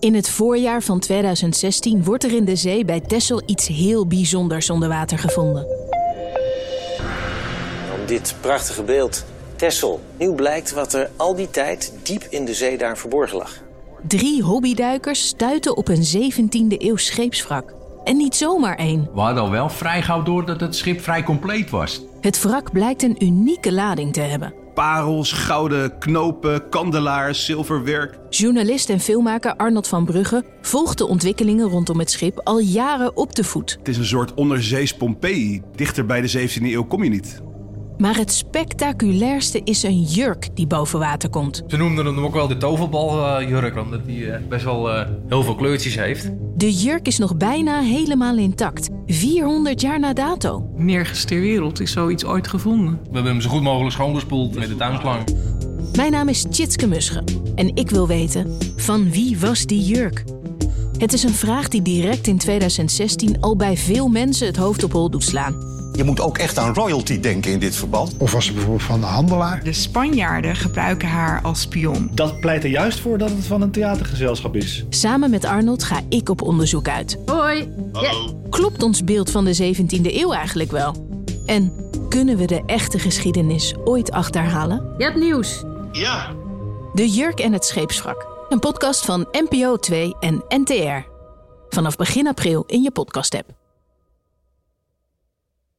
In het voorjaar van 2016 wordt er in de zee bij Texel iets heel bijzonders onder water gevonden. Dan dit prachtige beeld. Texel. Nu blijkt wat er al die tijd diep in de zee daar verborgen lag. Drie hobbyduikers stuiten op een 17e eeuw scheepswrak. En niet zomaar één. We hadden al wel vrij gauw door dat het schip vrij compleet was. Het wrak blijkt een unieke lading te hebben. Parels, gouden knopen, kandelaars, zilverwerk. Journalist en filmmaker Arnold van Brugge volgt de ontwikkelingen rondom het schip al jaren op de voet. Het is een soort onderzees Pompeii. Dichter bij de 17e eeuw kom je niet. Maar het spectaculairste is een jurk die boven water komt. Ze noemden hem ook wel de toverbaljurk, omdat die eh, best wel eh, heel veel kleurtjes heeft. De jurk is nog bijna helemaal intact, 400 jaar na dato. Nergens ter wereld is zoiets ooit gevonden. We hebben hem zo goed mogelijk schoongespoeld met de tuinslang. Mijn naam is Tjitske Musche en ik wil weten, van wie was die jurk? Het is een vraag die direct in 2016 al bij veel mensen het hoofd op hol doet slaan. Je moet ook echt aan royalty denken in dit verband. Of was ze bijvoorbeeld van de handelaar? De Spanjaarden gebruiken haar als spion. Dat pleit er juist voor dat het van een theatergezelschap is. Samen met Arnold ga ik op onderzoek uit. Hoi. Klopt ons beeld van de 17e eeuw eigenlijk wel? En kunnen we de echte geschiedenis ooit achterhalen? Je hebt nieuws. Ja, De Jurk en het Scheepswrak, een podcast van NPO 2 en NTR. Vanaf begin april in je podcast-app.